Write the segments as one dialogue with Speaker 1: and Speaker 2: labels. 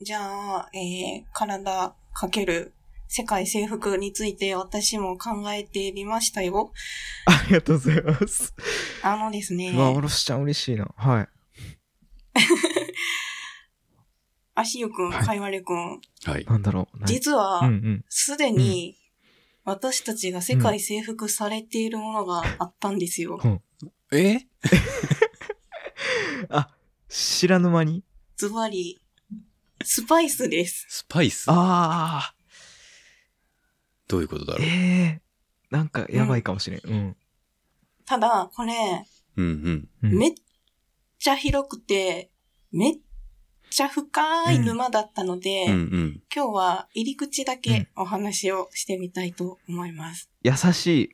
Speaker 1: じゃあ、えー、体かける世界征服について私も考えてみましたよ。
Speaker 2: ありがとうございます。
Speaker 1: あのですね
Speaker 2: う、わ、おろしちゃん嬉しいな。はい。
Speaker 1: 足湯くん、
Speaker 3: はい
Speaker 1: かいわれくん、
Speaker 3: はい。
Speaker 2: なんだろう。何
Speaker 1: 実
Speaker 2: うんう
Speaker 1: は、
Speaker 2: ん。
Speaker 1: すでに、私たちが世界征服されているものがあったんですよ
Speaker 2: うん。
Speaker 3: え
Speaker 2: あ、知らぬ間に。
Speaker 1: ズバリ、スパイスです。
Speaker 3: スパイス
Speaker 2: あ
Speaker 3: どういうことだ
Speaker 2: あ、
Speaker 3: ろう
Speaker 2: ええー。なんかやばいかもしれん。うん。
Speaker 1: ただ、これ、
Speaker 3: うん
Speaker 2: うん
Speaker 1: めっちゃ広くて、めっちゃ深い沼だったので、
Speaker 3: うん。うんうん。
Speaker 1: 今日は入り口だけお話をしてみたいと思います。
Speaker 2: 優しい。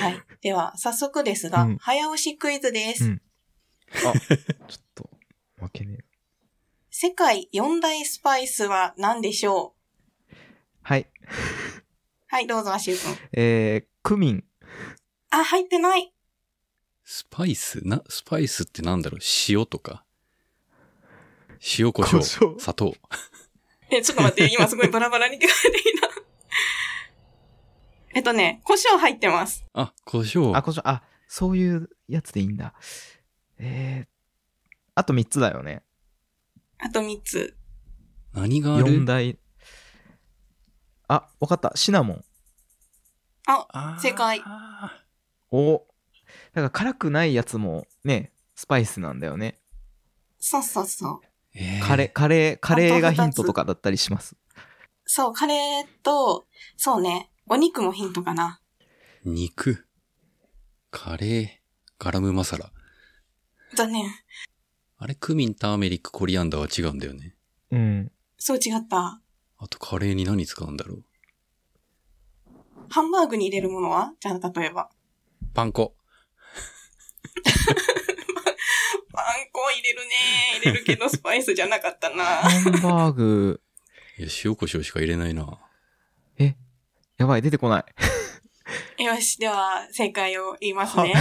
Speaker 1: はい。では、早速ですが、
Speaker 2: うん
Speaker 1: 早押しクイズです。
Speaker 2: うんあ、 ちょっと、負けねえ。
Speaker 1: 世界四大スパイスは何でしょう
Speaker 2: はい。
Speaker 1: はい、どうぞ、アシュー君。
Speaker 2: えー、クミン。
Speaker 1: あ、入ってない。
Speaker 3: スパイスな、スパイスってなんだろう塩とか。塩胡椒
Speaker 2: 胡椒
Speaker 3: 砂糖。
Speaker 1: え、ちょっと待 って、今すごいバラバラに聞こえていた。えっとね、胡椒入ってます。
Speaker 3: あ、胡椒。
Speaker 2: あ、こしょ、あ、そういうやつでいいんだ。えー、あと3つだよね。
Speaker 1: あと3つ。
Speaker 3: 何があ
Speaker 2: 4
Speaker 3: る
Speaker 2: 大。あ、わかった。シナモン。
Speaker 1: あ、
Speaker 3: あー
Speaker 1: 正解
Speaker 2: おだから辛くないやつもね、スパイスなんだよね。
Speaker 1: そうそうそう。
Speaker 3: えー
Speaker 2: カレー、カレー、カレーがヒントとかだったりします。
Speaker 1: そう、カレーと、そうね、お肉もヒントかな。
Speaker 3: 肉。カレー。ガラムマサラ。
Speaker 1: だね。
Speaker 3: あれ、クミン、ターメリック、コリアンダーは違うんだよね。
Speaker 2: うん。
Speaker 1: そう違った。
Speaker 3: あと、カレーに何使うんだろう。
Speaker 1: ハンバーグに入れるものはじゃあ、例えば。
Speaker 3: パン粉。
Speaker 1: パン粉入れるね入れるけど、スパイスじゃなかったな。
Speaker 2: ハンバーグ、
Speaker 3: いや、塩胡椒しか入れないな。
Speaker 2: やばい、出てこない。
Speaker 1: よし、では、正解を言いますね。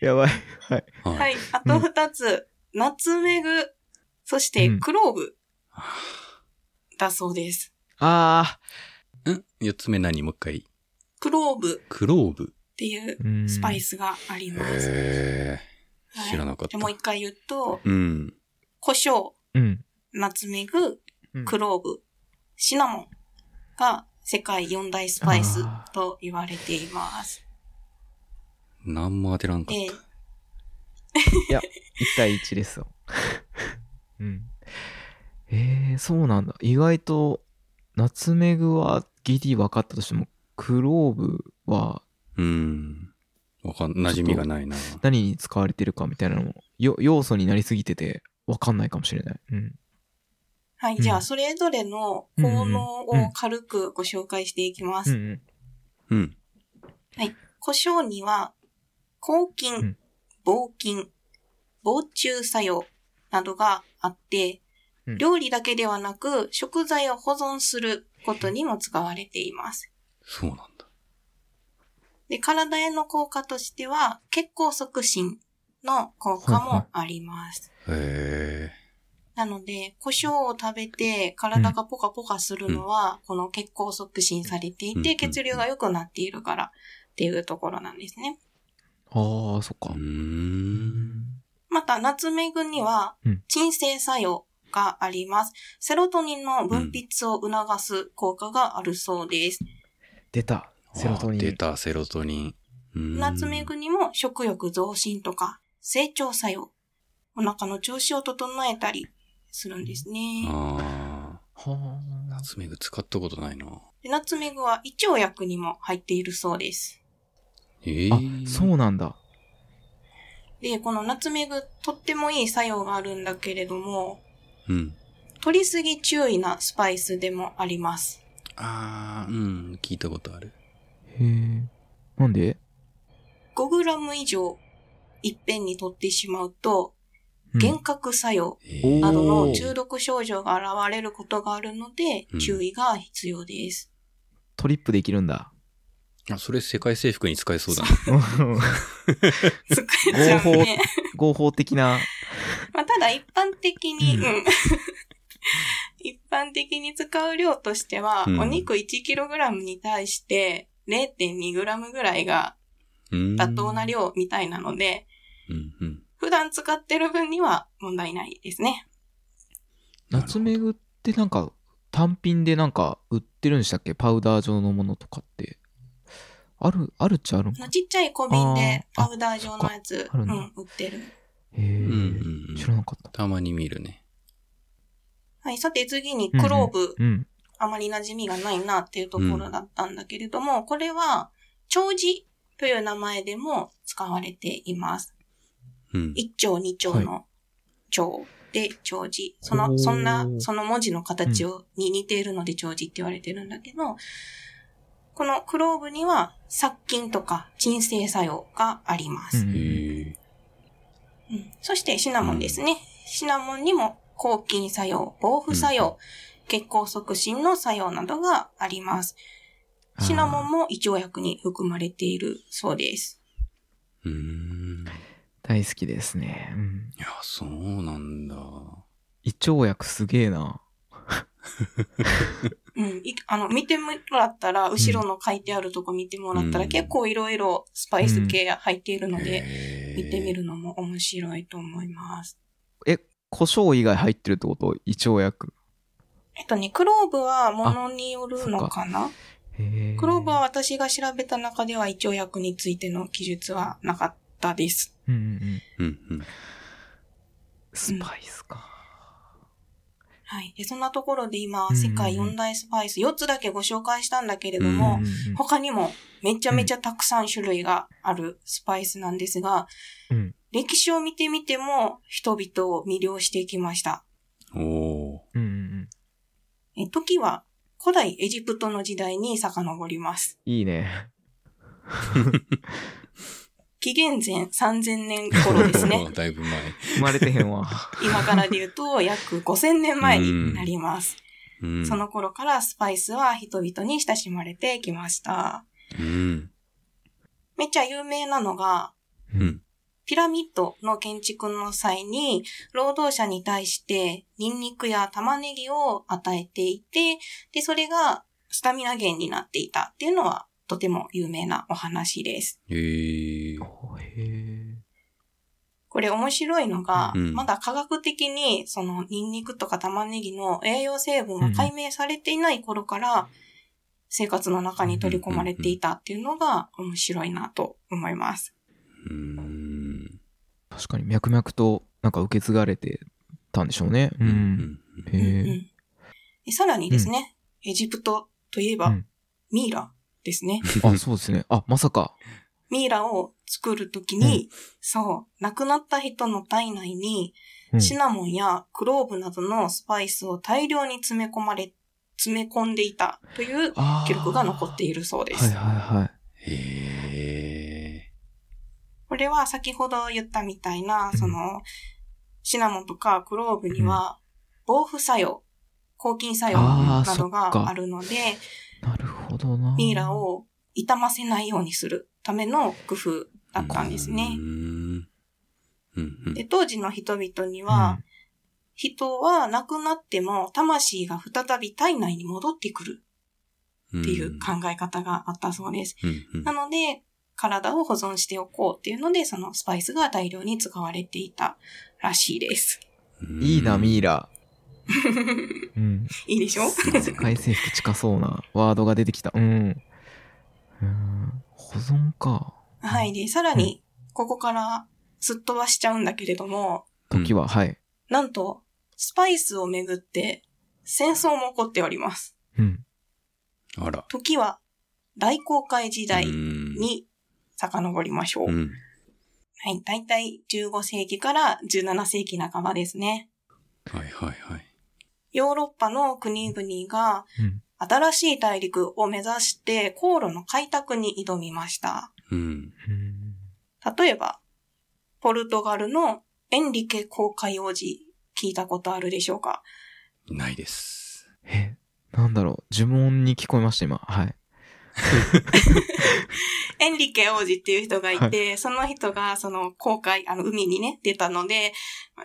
Speaker 2: やばい。はい。
Speaker 3: はい。
Speaker 1: はい。あと二つ、ナツメグ、そしてクローブだそうです。
Speaker 2: あ
Speaker 3: ん四つ目何もう一回。
Speaker 1: クローブ
Speaker 3: クローブ。
Speaker 1: っていう
Speaker 2: ー。うん
Speaker 1: スパイ。スがあります。
Speaker 3: へ
Speaker 1: は
Speaker 3: ー
Speaker 1: い
Speaker 3: 知らなかっ
Speaker 1: で
Speaker 3: た。
Speaker 1: もう一回言うと、
Speaker 3: うん。
Speaker 1: 胡椒、
Speaker 2: うん。
Speaker 1: ナツメグ、
Speaker 2: うん
Speaker 1: クローブ、シナモンが世界四大スパイス
Speaker 2: あー
Speaker 1: と言われています。
Speaker 3: 何も当てらんかっ
Speaker 1: で、
Speaker 2: 1対1ですよ。うん。えー、そうなんだ。意外と、ナツメグはギリ分かったとしても、クローブは
Speaker 3: た。うん。わかん、馴染みがないな。
Speaker 2: 何に使われてるかみたいなのも、よ要素になりすぎてて、分かんないかもしれない。うん。
Speaker 1: はい、
Speaker 2: うん
Speaker 1: じゃあそれぞれの効能を軽くご紹介していきます
Speaker 2: うん。うん。
Speaker 3: うん。
Speaker 1: 胡椒には、抗菌
Speaker 2: ん、
Speaker 1: 防菌、防虫作用などがあって、
Speaker 2: うん
Speaker 1: 料理だけではなく食材を保存することにも使われています。
Speaker 3: そうなんだ。
Speaker 1: で、体への効果としては、血行促進の効果もあります。
Speaker 3: へ
Speaker 1: なので、胡椒を食べて体がポカポカするのは、この血行促進されていて、
Speaker 3: うん
Speaker 1: 血流が良くなっているからっていうところなんですね。
Speaker 2: ああ、そっ
Speaker 3: ー。
Speaker 2: か
Speaker 3: うー。ん。
Speaker 1: また、ナツメグには
Speaker 2: うん、
Speaker 1: 鎮静作用があります。セロトニンの分泌を促す効果があるそうです。
Speaker 2: 出た。セロトニン。
Speaker 3: あー出た、セロトニン。うーん
Speaker 1: ナツメグにも食欲増進とか、成長作用、お腹の調子を整えたりするんですね。
Speaker 3: あ
Speaker 2: は
Speaker 3: ー。ナ
Speaker 2: あ。
Speaker 3: ツメグ使ったことないな。
Speaker 1: でナツメグは胃腸薬にも入っているそうです。
Speaker 3: えー。
Speaker 2: あ、そうなんだ。
Speaker 1: で、このナツメグ、とってもいい作用があるんだけれども、
Speaker 3: うん。
Speaker 1: 取りすぎ注意なスパイスでもあります。
Speaker 3: あー、うん。聞いたことある。
Speaker 2: へえ。なんで
Speaker 1: 5g 以上いっぺんに取ってしまうと、
Speaker 2: うん
Speaker 1: 幻覚作用
Speaker 3: え
Speaker 2: おー
Speaker 1: などの
Speaker 2: お
Speaker 1: 中毒症状が現れることがあるので
Speaker 3: う、ん
Speaker 1: 注意が必要です。
Speaker 2: トリップできるん だ。
Speaker 3: あ、それ世界征服に使えそうだね。
Speaker 2: うん
Speaker 1: 使えちゃうね。
Speaker 2: 合法的な。
Speaker 1: ままあ、ただ一般的に、
Speaker 2: うん
Speaker 1: うん 一般的に使う量としては、
Speaker 3: うん
Speaker 1: お肉 1kg に対して 0.2g ぐらいが
Speaker 3: うん
Speaker 1: 妥当な。量みたいなので、
Speaker 3: うんうん。
Speaker 1: 普段使ってる分には問題ないですね。
Speaker 2: ナツメグってなんか単品でなんか売ってるんでしたっけパウダー状のものとかってあるあるっちゃあるん
Speaker 1: あ
Speaker 2: か
Speaker 1: のちっちゃい小瓶でパ
Speaker 2: あーあ
Speaker 1: ウダー状のやつ、
Speaker 2: か
Speaker 1: う
Speaker 2: あるんだ
Speaker 1: ん、売ってる。
Speaker 2: へえ、
Speaker 3: うんうんうん
Speaker 2: 知らなかった
Speaker 3: たまに見るね。
Speaker 1: はい、さて次にクローブ、
Speaker 2: うん
Speaker 1: あまり馴染みがないなっていうところだったんだけれども、これは、長寿という名前でも使われています。
Speaker 3: うん。
Speaker 1: 一丁二丁の長で長寿。そ
Speaker 2: お
Speaker 1: の、
Speaker 2: ー
Speaker 1: そんな、その文字の形を、に似ているので長寿って言われてるんだけど、このクローブには殺菌とか鎮静作用があります。
Speaker 2: うん
Speaker 3: へえ。
Speaker 1: うんそしてシナモンですね。シナモンにも抗菌作用、防腐作用、血行促進の作用などがあります。
Speaker 2: あー
Speaker 1: シナモンも胃腸薬に含まれているそうです。
Speaker 3: うーん。
Speaker 2: 大好きですね、うん、
Speaker 3: いや、そうなんだ。
Speaker 2: 胃腸薬すげえな
Speaker 1: うん。いあの、見てもらったら、後ろの書いてあるとこ見てもらったら、
Speaker 3: うん
Speaker 1: 結構いろいろスパイス系が入っているので、
Speaker 3: へえ
Speaker 1: 見てみ。るのも面白いと思います。
Speaker 2: え胡椒以外入ってるってこと胃腸薬
Speaker 1: えっとね、クローブはものによるのかな
Speaker 2: へえ
Speaker 1: クローブは私が調べた中では胃腸薬についての記述はなかったです。
Speaker 2: うんうんうん
Speaker 3: うんうん。
Speaker 2: スパイスか、
Speaker 1: はい。で、そんなところで今、
Speaker 2: うんうんうん
Speaker 1: 世界四大スパイス、4つだけご紹介したんだけれど
Speaker 2: うん
Speaker 1: も、
Speaker 2: うん
Speaker 1: 他にもめちゃめちゃたくさん種類があるスパイスなんですが、
Speaker 2: うん
Speaker 1: 歴史を見てみても人々を魅了してきました。
Speaker 3: おー。
Speaker 2: うんうんうん
Speaker 1: え時は古代エジプトの時代に遡ります。
Speaker 2: いいね
Speaker 1: 紀元前3000年頃です ね。
Speaker 3: だいぶ前。
Speaker 2: 生まれてへ んわ
Speaker 1: 今からで言うと約5000年前になります。
Speaker 3: うん。
Speaker 1: その頃からスパイスは人々に親しまれてきました。
Speaker 3: うん。
Speaker 1: めっちゃ有名なのが、
Speaker 3: うん。
Speaker 1: ピラミッドの建築の際に、労働者に対して、ニンニクや玉ねぎを与えていて、で、それがスタミナ源になっていたっていうのは、とても有名なお話です。
Speaker 3: へえ。
Speaker 2: へえ
Speaker 1: これ面白いのが、
Speaker 3: うん
Speaker 1: まだ科学的に、その、ニンニクとか玉ねぎの栄養成分が解明されていない頃から、生活の中に取り込まれていたっていうのが面白いなと思います。
Speaker 3: うん。
Speaker 2: 確かに脈々となんか受け継がれてたんでしょうね。う。
Speaker 3: うん
Speaker 2: へ
Speaker 3: ん。
Speaker 1: うんう
Speaker 2: え。
Speaker 1: んでさらにですね、エジプトといえば、
Speaker 2: うん
Speaker 1: ミイラですね。
Speaker 2: あ、そうですね。あ、まさか。
Speaker 1: ミイラを作るときに、そう、亡くなった人の体内に、
Speaker 2: うん
Speaker 1: シナモンやクローブなどのスパイスを大量に詰め込まれ、詰め込んでいたという
Speaker 2: あー
Speaker 1: 記録が残っているそうです。
Speaker 2: はいはいはい。
Speaker 3: へえ。
Speaker 1: これは先ほど言ったみたいな、その、シナモンとかクローブには、防腐作用、抗菌作用な
Speaker 2: あー
Speaker 1: ど
Speaker 2: そっ
Speaker 1: が
Speaker 2: か
Speaker 1: あるので、
Speaker 2: なるほどな。
Speaker 1: ミイラ。を傷ませないようにするための工夫だったんですね
Speaker 3: う。ん。うんうん。
Speaker 1: で、当時の人々には、人は亡くなっても魂が再び体内に戻ってくる
Speaker 3: っ
Speaker 1: っていう考え方があったそうです。
Speaker 3: うんうん
Speaker 1: なので、体を保存しておこうっていうので、そのスパイスが大量に使われていたらしい です。
Speaker 2: うんいいな、ミイラ。
Speaker 1: い
Speaker 2: うん。
Speaker 1: いでしょ
Speaker 2: 世界征服近そうなワードが出てきた。うん。うん保存か。
Speaker 1: はい。で、さらに、ここからすっ飛ばしちゃうんだけれども、
Speaker 2: 時は、はい。
Speaker 1: なんと、スパイスをめぐって戦争も起こっております。
Speaker 2: うん。
Speaker 3: あら。
Speaker 1: 時は大航海時代
Speaker 3: に、
Speaker 1: に遡りましょう。
Speaker 3: うん。
Speaker 1: はい。だいたい15世紀から17世紀半ばですね。
Speaker 3: はいはいはい。
Speaker 1: ヨーロッパの国々が
Speaker 2: うん
Speaker 1: 新しい大陸を目指して航路の開拓に挑みました。
Speaker 3: うん。
Speaker 2: うん。
Speaker 1: 例えば、ポルトガルのエンリケ航海王子、聞いたことあるでしょうか
Speaker 3: ないです。
Speaker 2: え、なんだろう。呪文に聞こえました、今。はい。
Speaker 1: エンリケ王子っていう人がいて、その人が、その、航海、あの、海にね、出たので、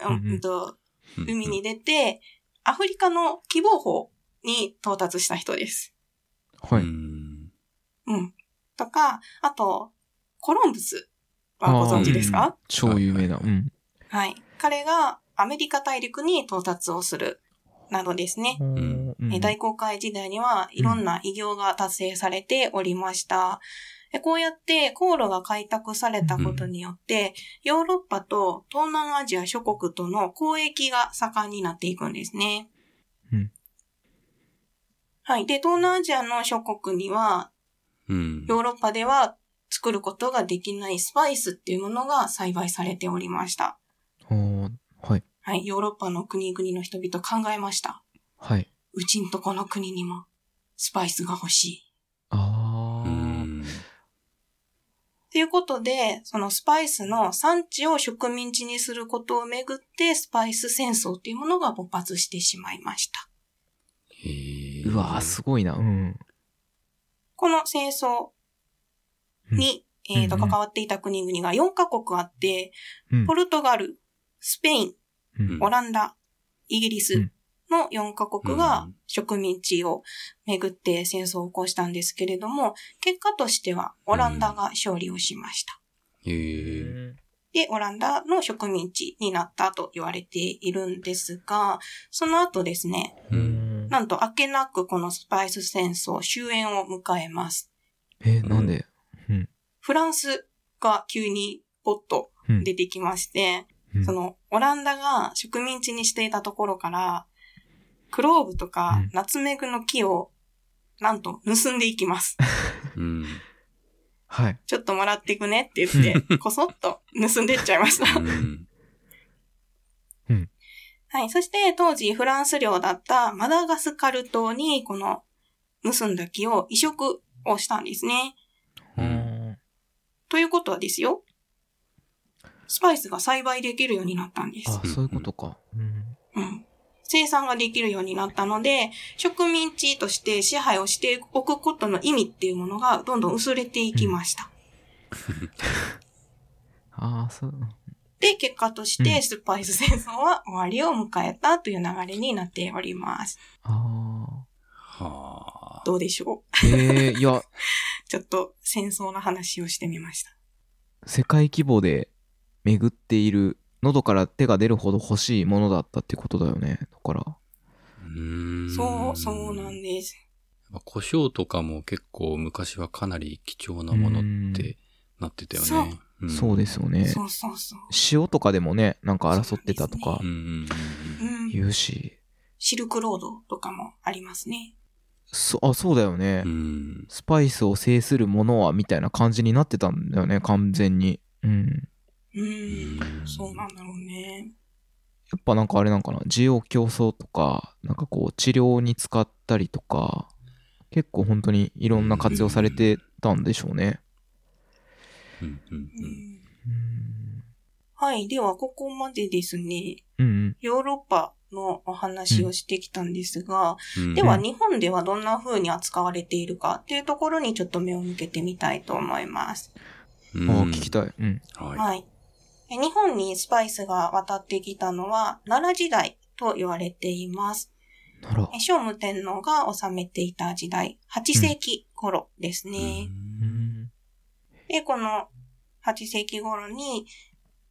Speaker 1: う
Speaker 2: うんうん
Speaker 1: んと、
Speaker 3: うん
Speaker 1: 海に。出て、アフリカの希望峰に到達した人です。
Speaker 2: は
Speaker 3: う
Speaker 2: い。
Speaker 3: ん
Speaker 1: うん。とか、あと、コロンブスはご存知です
Speaker 2: あ
Speaker 1: か、
Speaker 2: 超有名な。うん。
Speaker 1: はい。彼がアメリカ大陸に到達をする、などですね。
Speaker 2: うん
Speaker 1: えー大航海時代にはいろんな偉業が達成されておりました。でこうやって航路が開拓されたことによって、ヨーロッパと東南アジア諸国との交易が盛んになっていくんですね。
Speaker 2: うん
Speaker 1: はい。で、東南アジアの諸国には、
Speaker 3: うん。
Speaker 1: ヨーロッパでは作ることができないスパイスっていうものが栽培されておりました。
Speaker 2: おーはい。
Speaker 1: はい。ヨーロッパの国々の人々考えました。
Speaker 2: はい。
Speaker 1: うちんとこの国にもスパイスが欲しい。
Speaker 2: あ
Speaker 3: う
Speaker 2: ー
Speaker 3: ん
Speaker 1: ということで、そのスパイスの産地を植民地にすることをめぐって、スパイス戦争というものが勃発してしまいました。
Speaker 3: へー
Speaker 2: うわーすごいな。うん。
Speaker 1: この戦争に、
Speaker 2: ん
Speaker 1: えーと、
Speaker 2: うんう
Speaker 1: 関
Speaker 2: ん
Speaker 1: わっていた国々が4カ国あって、
Speaker 2: うん
Speaker 1: ポルトガル、スペイン、
Speaker 2: うん
Speaker 1: オランダ、イギリ
Speaker 2: う
Speaker 1: ス
Speaker 2: ん
Speaker 1: の4カ国が植民地をめぐって戦争を起こしたんですけれども、結果としてはオランダが勝利をしました。
Speaker 3: へー
Speaker 1: で、オランダの植民地になったと言われているんですが、その後ですね、
Speaker 2: う
Speaker 3: うん
Speaker 2: ん
Speaker 1: なんと明けなくこのスパイス戦争終焉を迎えます。
Speaker 2: え、なんで
Speaker 1: フランスが急にポッと
Speaker 2: うん
Speaker 1: 出てきまして、
Speaker 2: うん
Speaker 1: そのオランダが植民地にしていたところから、クローブと
Speaker 2: う
Speaker 1: か
Speaker 2: ん
Speaker 1: ナツメグの木をなんと盗んでいきます。
Speaker 3: うん。
Speaker 2: はい。
Speaker 1: ちょっともらってくねって言って、こそっと盗んでっちゃいました。
Speaker 3: うん
Speaker 1: はい。そして、当時フランス領だったマダガスカル島に、この盗んだ木を移植をしたんですね。
Speaker 2: うん
Speaker 1: ということはですよ。スパイスが栽培できるようになったんです
Speaker 2: あ。、そういうことか。うん
Speaker 1: うん。生産ができるようになったので、植民地として支配をしておくことの意味っていうものがどんどん薄れていきました。
Speaker 2: ああ、そう。
Speaker 1: で、結果とし
Speaker 2: う
Speaker 1: て
Speaker 2: ん
Speaker 1: スパイス戦争は終わりを迎えたという流れになっております。
Speaker 2: あ
Speaker 3: はあ。
Speaker 1: どうでしょう
Speaker 2: あ。ええ、いや、
Speaker 1: ちょっと戦争の話をしてみました。
Speaker 2: 世界規模で巡っている喉から手が出るほど欲しいものだったってことだよねだから
Speaker 3: うん
Speaker 1: そう、そうなんです。
Speaker 3: まあ胡椒とかも結構昔はかなり貴重なものってなってたよね。ん
Speaker 2: そうですよね
Speaker 1: そうそうそう。
Speaker 2: 塩とかでもねなんか争ってたとか
Speaker 3: うんうん
Speaker 1: う
Speaker 3: うんうん
Speaker 1: ん。
Speaker 2: 言うし
Speaker 1: シルクロードとかもありますね。
Speaker 2: そあそうだよね、
Speaker 3: うん。
Speaker 2: スパイスを制するものはみたいな感じになってたんだよね完全にうん
Speaker 1: うん。
Speaker 3: うん
Speaker 1: そうなんだろうね。
Speaker 2: やっぱなんかあれなんかな需要競争とかなんかこう治療に使ったりとか結構本当にいろんな活用されてたんでしょうね
Speaker 3: うんうん
Speaker 1: う
Speaker 3: うん
Speaker 1: ん。はい。では、ここまでですね、
Speaker 2: うんうん
Speaker 1: ヨーロッパのお話をしてきたんですが、
Speaker 3: うん
Speaker 1: では、日本ではどんな風に扱われているかっていうところにちょっと目を向けてみたいと思います。
Speaker 3: うん
Speaker 2: ああ聞きたいうん
Speaker 3: は
Speaker 1: はい。え日本にスパイスが渡ってきたのは、奈良時代と言われています。
Speaker 2: なら
Speaker 1: え聖武天皇が治めていた時代、8世紀頃です
Speaker 3: い。
Speaker 1: ね。
Speaker 2: うん
Speaker 1: で、この8世紀頃に、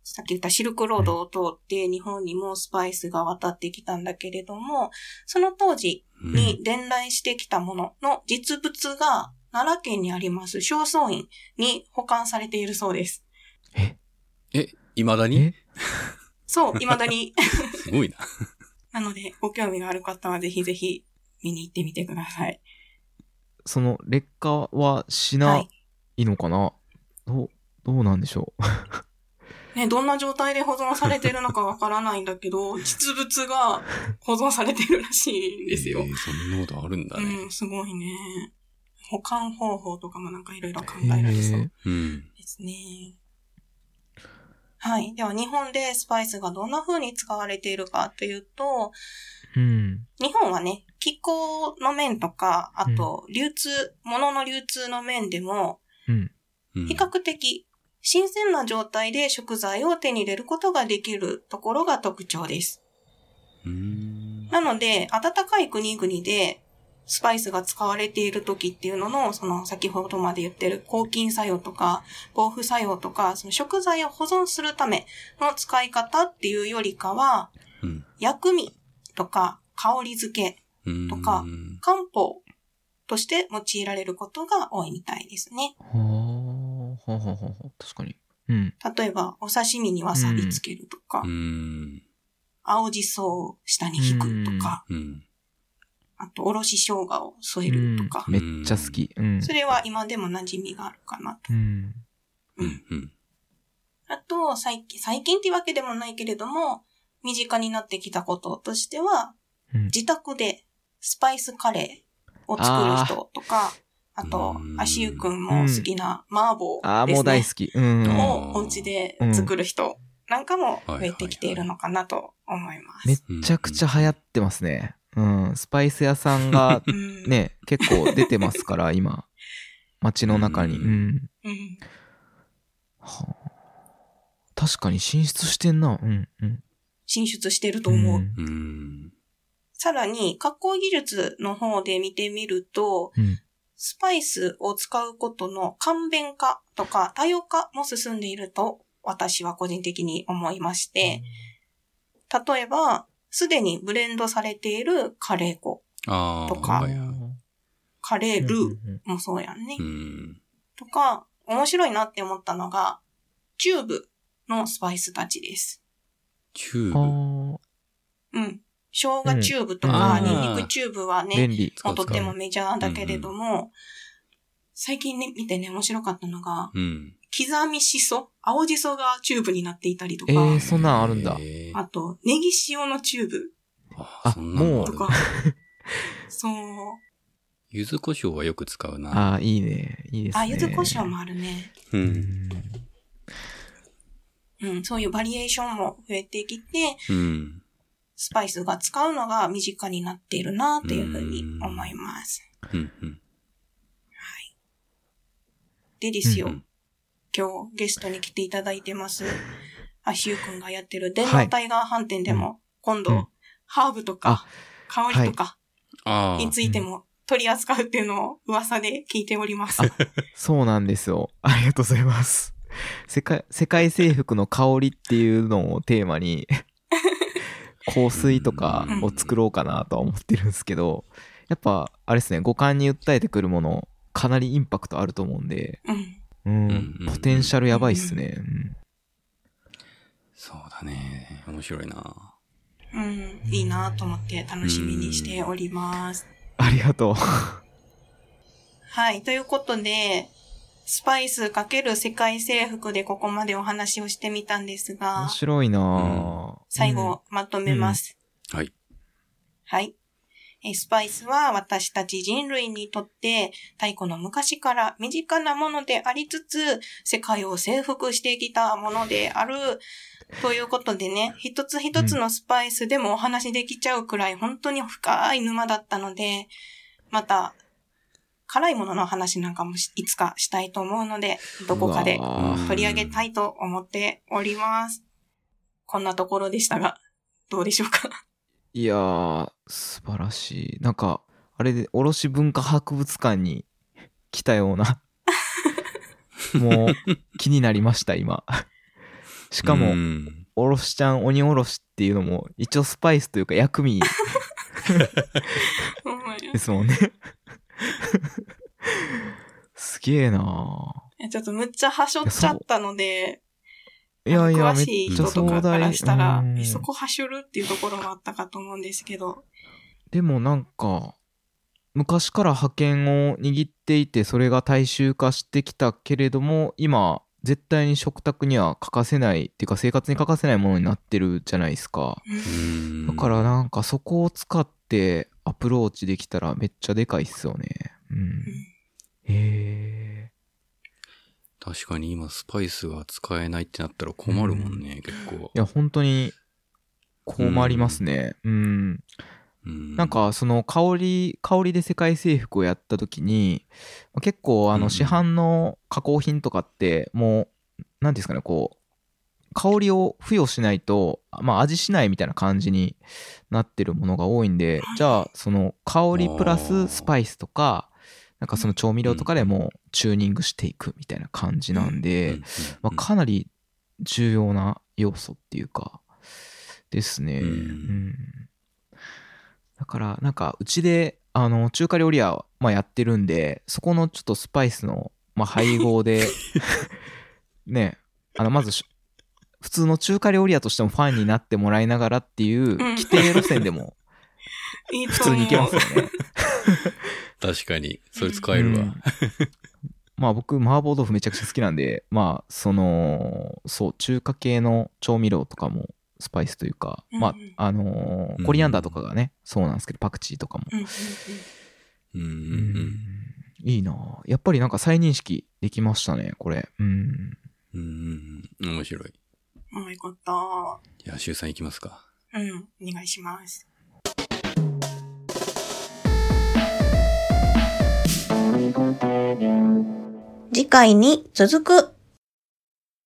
Speaker 1: さっき言ったシルクロードを通って日本にもスパイスが渡ってきたんだけれども、その当時
Speaker 3: うん
Speaker 1: に伝来してきたものの実物が奈良県にあります正倉院に保管されているそうです。
Speaker 3: え、いまだに
Speaker 2: え
Speaker 1: そう、未だに。
Speaker 3: すごいな。
Speaker 1: なので、ご興味がある方はぜひぜひ見に行ってみてください。
Speaker 2: その劣化はし
Speaker 1: は。
Speaker 2: ないいのかな、どうどうなんでしょう
Speaker 1: ね、どんな状態で保存されているのかわからないんだけど、実物が保存されているらしいん ですよ。
Speaker 3: えーそんなことあるんだ
Speaker 1: う
Speaker 3: ね
Speaker 1: ん、。すごいね。保管方法とかもなんかいろいろ考えられそう
Speaker 2: へ
Speaker 3: うん。
Speaker 1: ですね。はい。では日本でスパイスがどんな風に使われているかというと、
Speaker 2: うん
Speaker 1: 日本はね、気候の面とか、あと、流通、物の流通の面でも、
Speaker 2: うん。
Speaker 3: うん
Speaker 1: 比較的新鮮な状態で食材を手に入れることができるところが特徴です。
Speaker 3: うん
Speaker 1: なので、暖かい国々でスパイスが使われている時っていうのの、その先ほどまで言ってる抗菌作用とか、防腐作用とか、その食材を保存するための使い方っていうよりかは、
Speaker 3: うん
Speaker 1: 薬味とか香り付け、
Speaker 3: うん
Speaker 1: とか漢方として用いられることが多いみたいですね。
Speaker 2: はあ、はあはあはあ、確かに。うん。
Speaker 1: 例えば、お刺身にわさびつけるとか、
Speaker 3: うん。
Speaker 1: 青じそを下に引くとか、
Speaker 3: うん。
Speaker 1: あと、おろし生姜を添えるとか
Speaker 2: う、んめっちゃ好き。うん。
Speaker 1: それは今でも馴染みがあるかなと。
Speaker 2: うん。
Speaker 3: うん。うん。
Speaker 1: あと、最近、最近ってわけでもないけれども、身近になってきたこととしては、
Speaker 2: うん
Speaker 1: 自宅でスパイスカレーを作る人とか、あと
Speaker 3: う、ん
Speaker 1: 足湯くんも好きな麻婆
Speaker 2: ああ、
Speaker 1: ですね。
Speaker 2: もう大好き。うん。
Speaker 3: も
Speaker 1: をお家で作る人なんかも増えてきているのかなと思います。
Speaker 2: めっちゃくちゃ流行ってますね。うん。スパイス屋さんが
Speaker 1: うん、
Speaker 2: ね、結構出てますから、今。街の中に。
Speaker 3: う
Speaker 2: うんん。
Speaker 1: うん。
Speaker 2: はあ、確かに進出してんな。うん。うん。
Speaker 1: 進出してると思う。
Speaker 2: ん
Speaker 3: うん。
Speaker 1: さらに、加工技術の方で見てみると、
Speaker 2: うん。
Speaker 1: スパイスを使うことの簡便化とか多様化も進んでいると私は個人的に思いまして、例えば、すでにブレンドされているカレー粉、
Speaker 3: ああ。
Speaker 1: とか
Speaker 3: はいはい
Speaker 1: カレール
Speaker 2: うん
Speaker 1: ーもそうやんね。
Speaker 3: うん。
Speaker 1: とか、面白いなって思ったのが、チューブのスパイスたちです。
Speaker 3: チュ
Speaker 2: う
Speaker 3: ー
Speaker 2: ん。あ
Speaker 1: うん。生姜チューブと
Speaker 3: うん
Speaker 1: か、
Speaker 3: あー
Speaker 1: ニンニクチューブは
Speaker 2: あ、
Speaker 1: ね、
Speaker 2: 便利。
Speaker 3: 使
Speaker 1: も
Speaker 3: う
Speaker 1: うとってもメジャーだけれども、最近ね、見てね、面白かったのが、
Speaker 3: ブ。うん。
Speaker 1: 刻みしそ、青じそがチューブになっていたりとか、
Speaker 2: えー、そんなんあるんだ。
Speaker 3: へー
Speaker 1: あと、ネギ塩のチューブ
Speaker 3: あ、そんなのあ
Speaker 2: あ
Speaker 1: と
Speaker 3: る
Speaker 1: か
Speaker 3: な。、
Speaker 1: そう、
Speaker 3: 柚子胡椒はよく使うな。
Speaker 2: ああ、いいね。いいですね。
Speaker 1: あ、柚子胡椒もあるね。
Speaker 3: う。
Speaker 2: うんん。
Speaker 1: うん、そういうバリエーションも増えてきて、
Speaker 3: うん。
Speaker 1: スパイスが使うのが身近になっているなというふうに思います。
Speaker 3: うん。うん
Speaker 1: でですよ、
Speaker 3: うんうん
Speaker 1: 今日ゲストに来ていただいてます、あしゅうくんがやってる電脳タイガー飯店でも、今
Speaker 2: う
Speaker 1: 度
Speaker 2: ん、
Speaker 1: ハーブとか、香りとか
Speaker 3: ああ。
Speaker 1: についても取り扱うっていうのを噂で聞いております。
Speaker 2: そうなんですよ。ありがとうございます。世界、世界征服の香りっていうのをテーマに、香水とかを作ろうかなとは思ってるんですけど、やっぱ、あれですね、五感に訴えてくるもの、かなりインパクトあると思うんで、
Speaker 1: うん。
Speaker 2: うん、
Speaker 3: うんうんうん
Speaker 2: ポテンシャルやばいっすね。うん
Speaker 3: そうだね。面白いな。
Speaker 1: うん。いいなと思って楽しみにしております。
Speaker 2: ありがとう。
Speaker 1: はい。ということで、スパイス×世界征服でここまでお話をしてみたんですが
Speaker 2: 面、白いなぁ
Speaker 1: 最後まとめます。
Speaker 3: はい。
Speaker 1: はい。えースパイスは私たち人類にとって太古の昔から身近なものでありつつ世界を征服してきたものであるということでね、一つ一つのスパイスでもお話できちゃうくらい本当に深い沼だったので、また辛いものの話なんかもしいつかしたいと思うので、どこかで
Speaker 2: うわぁ
Speaker 1: 取り上げたいと思っております。こんなところでしたが、どうでしょうか
Speaker 2: いやー、素晴らしい。なんか、あれで、卸文化博物館に 来た ような。もう、気になりました、 今。しか
Speaker 3: う
Speaker 2: も、
Speaker 3: ん
Speaker 2: おろしちゃん、鬼おろしっていうのも、一応スパイスというか薬味
Speaker 1: ほんまや
Speaker 2: です もんね。 すげえない
Speaker 1: やちょっとむっちゃはしょっちゃったので、
Speaker 2: ーいやいや、
Speaker 1: 詳
Speaker 2: めっ
Speaker 1: しい
Speaker 2: ち
Speaker 1: 人
Speaker 2: ゃ
Speaker 1: と
Speaker 2: 壮
Speaker 1: かから
Speaker 2: 大。
Speaker 1: したら、
Speaker 2: うん
Speaker 1: そこはしょるっていうところもあったかと思うんですけど、
Speaker 2: でもなんか昔から覇権を握っていてそれが大衆化してきたけれども今絶対に食卓には欠かせないっていうか生活に欠かせないものになってるじゃないですか
Speaker 1: うん
Speaker 3: うん
Speaker 2: だからなんかそこを使ってアプローチできたらめっちゃでかいっすよねうんへえ
Speaker 3: 確かに今スパイスが使えないってなったら困るもんね、結構
Speaker 2: い。や本当に困りますねうん、
Speaker 3: うん
Speaker 2: なん、かその香り香りで世界征服をやった時にまあ結構あ
Speaker 3: うんう
Speaker 2: の
Speaker 3: ん
Speaker 2: 市販の加工品とかってもう何ですかねこう香りを付与しないと、まあ、味しないみたいな感じになってるものが多いんでじゃあその香りプラススパイスとかなんかその調味料とかでもチューニングしていくみたいな感じなん
Speaker 3: うん
Speaker 2: で、
Speaker 3: うん
Speaker 2: まあ、かなり重要な要素っていうかですね、
Speaker 3: う
Speaker 2: う
Speaker 3: ん
Speaker 2: んだからなんかうちであの中華料理屋、まあ、やってるんでそこのちょっとスパイスの、まあ、配合でねあのまずし普通の中華料理屋としてもファンになってもらいながらっていう規定路線でも
Speaker 1: いい
Speaker 2: 普
Speaker 1: と
Speaker 2: 通
Speaker 1: 思う
Speaker 2: にいけますよね。
Speaker 3: 確かに、それ使えるわ。
Speaker 2: うんまあ僕麻婆豆腐めちゃくちゃ好きなんでまあそのそう中華系の調味料とかもスパイスというか、
Speaker 1: うんうん
Speaker 2: まああのーコリアンダーとかがね、そうなんですけどパクチーとかも、
Speaker 1: うんうん
Speaker 3: うんう
Speaker 2: うんいいなあやっぱりなんか再認識できましたねこれうん
Speaker 3: うんうんうん面白い。
Speaker 1: うん。あよかった。
Speaker 3: いや、シュウさんいきますか。
Speaker 1: うん。お願いします。次回に続く。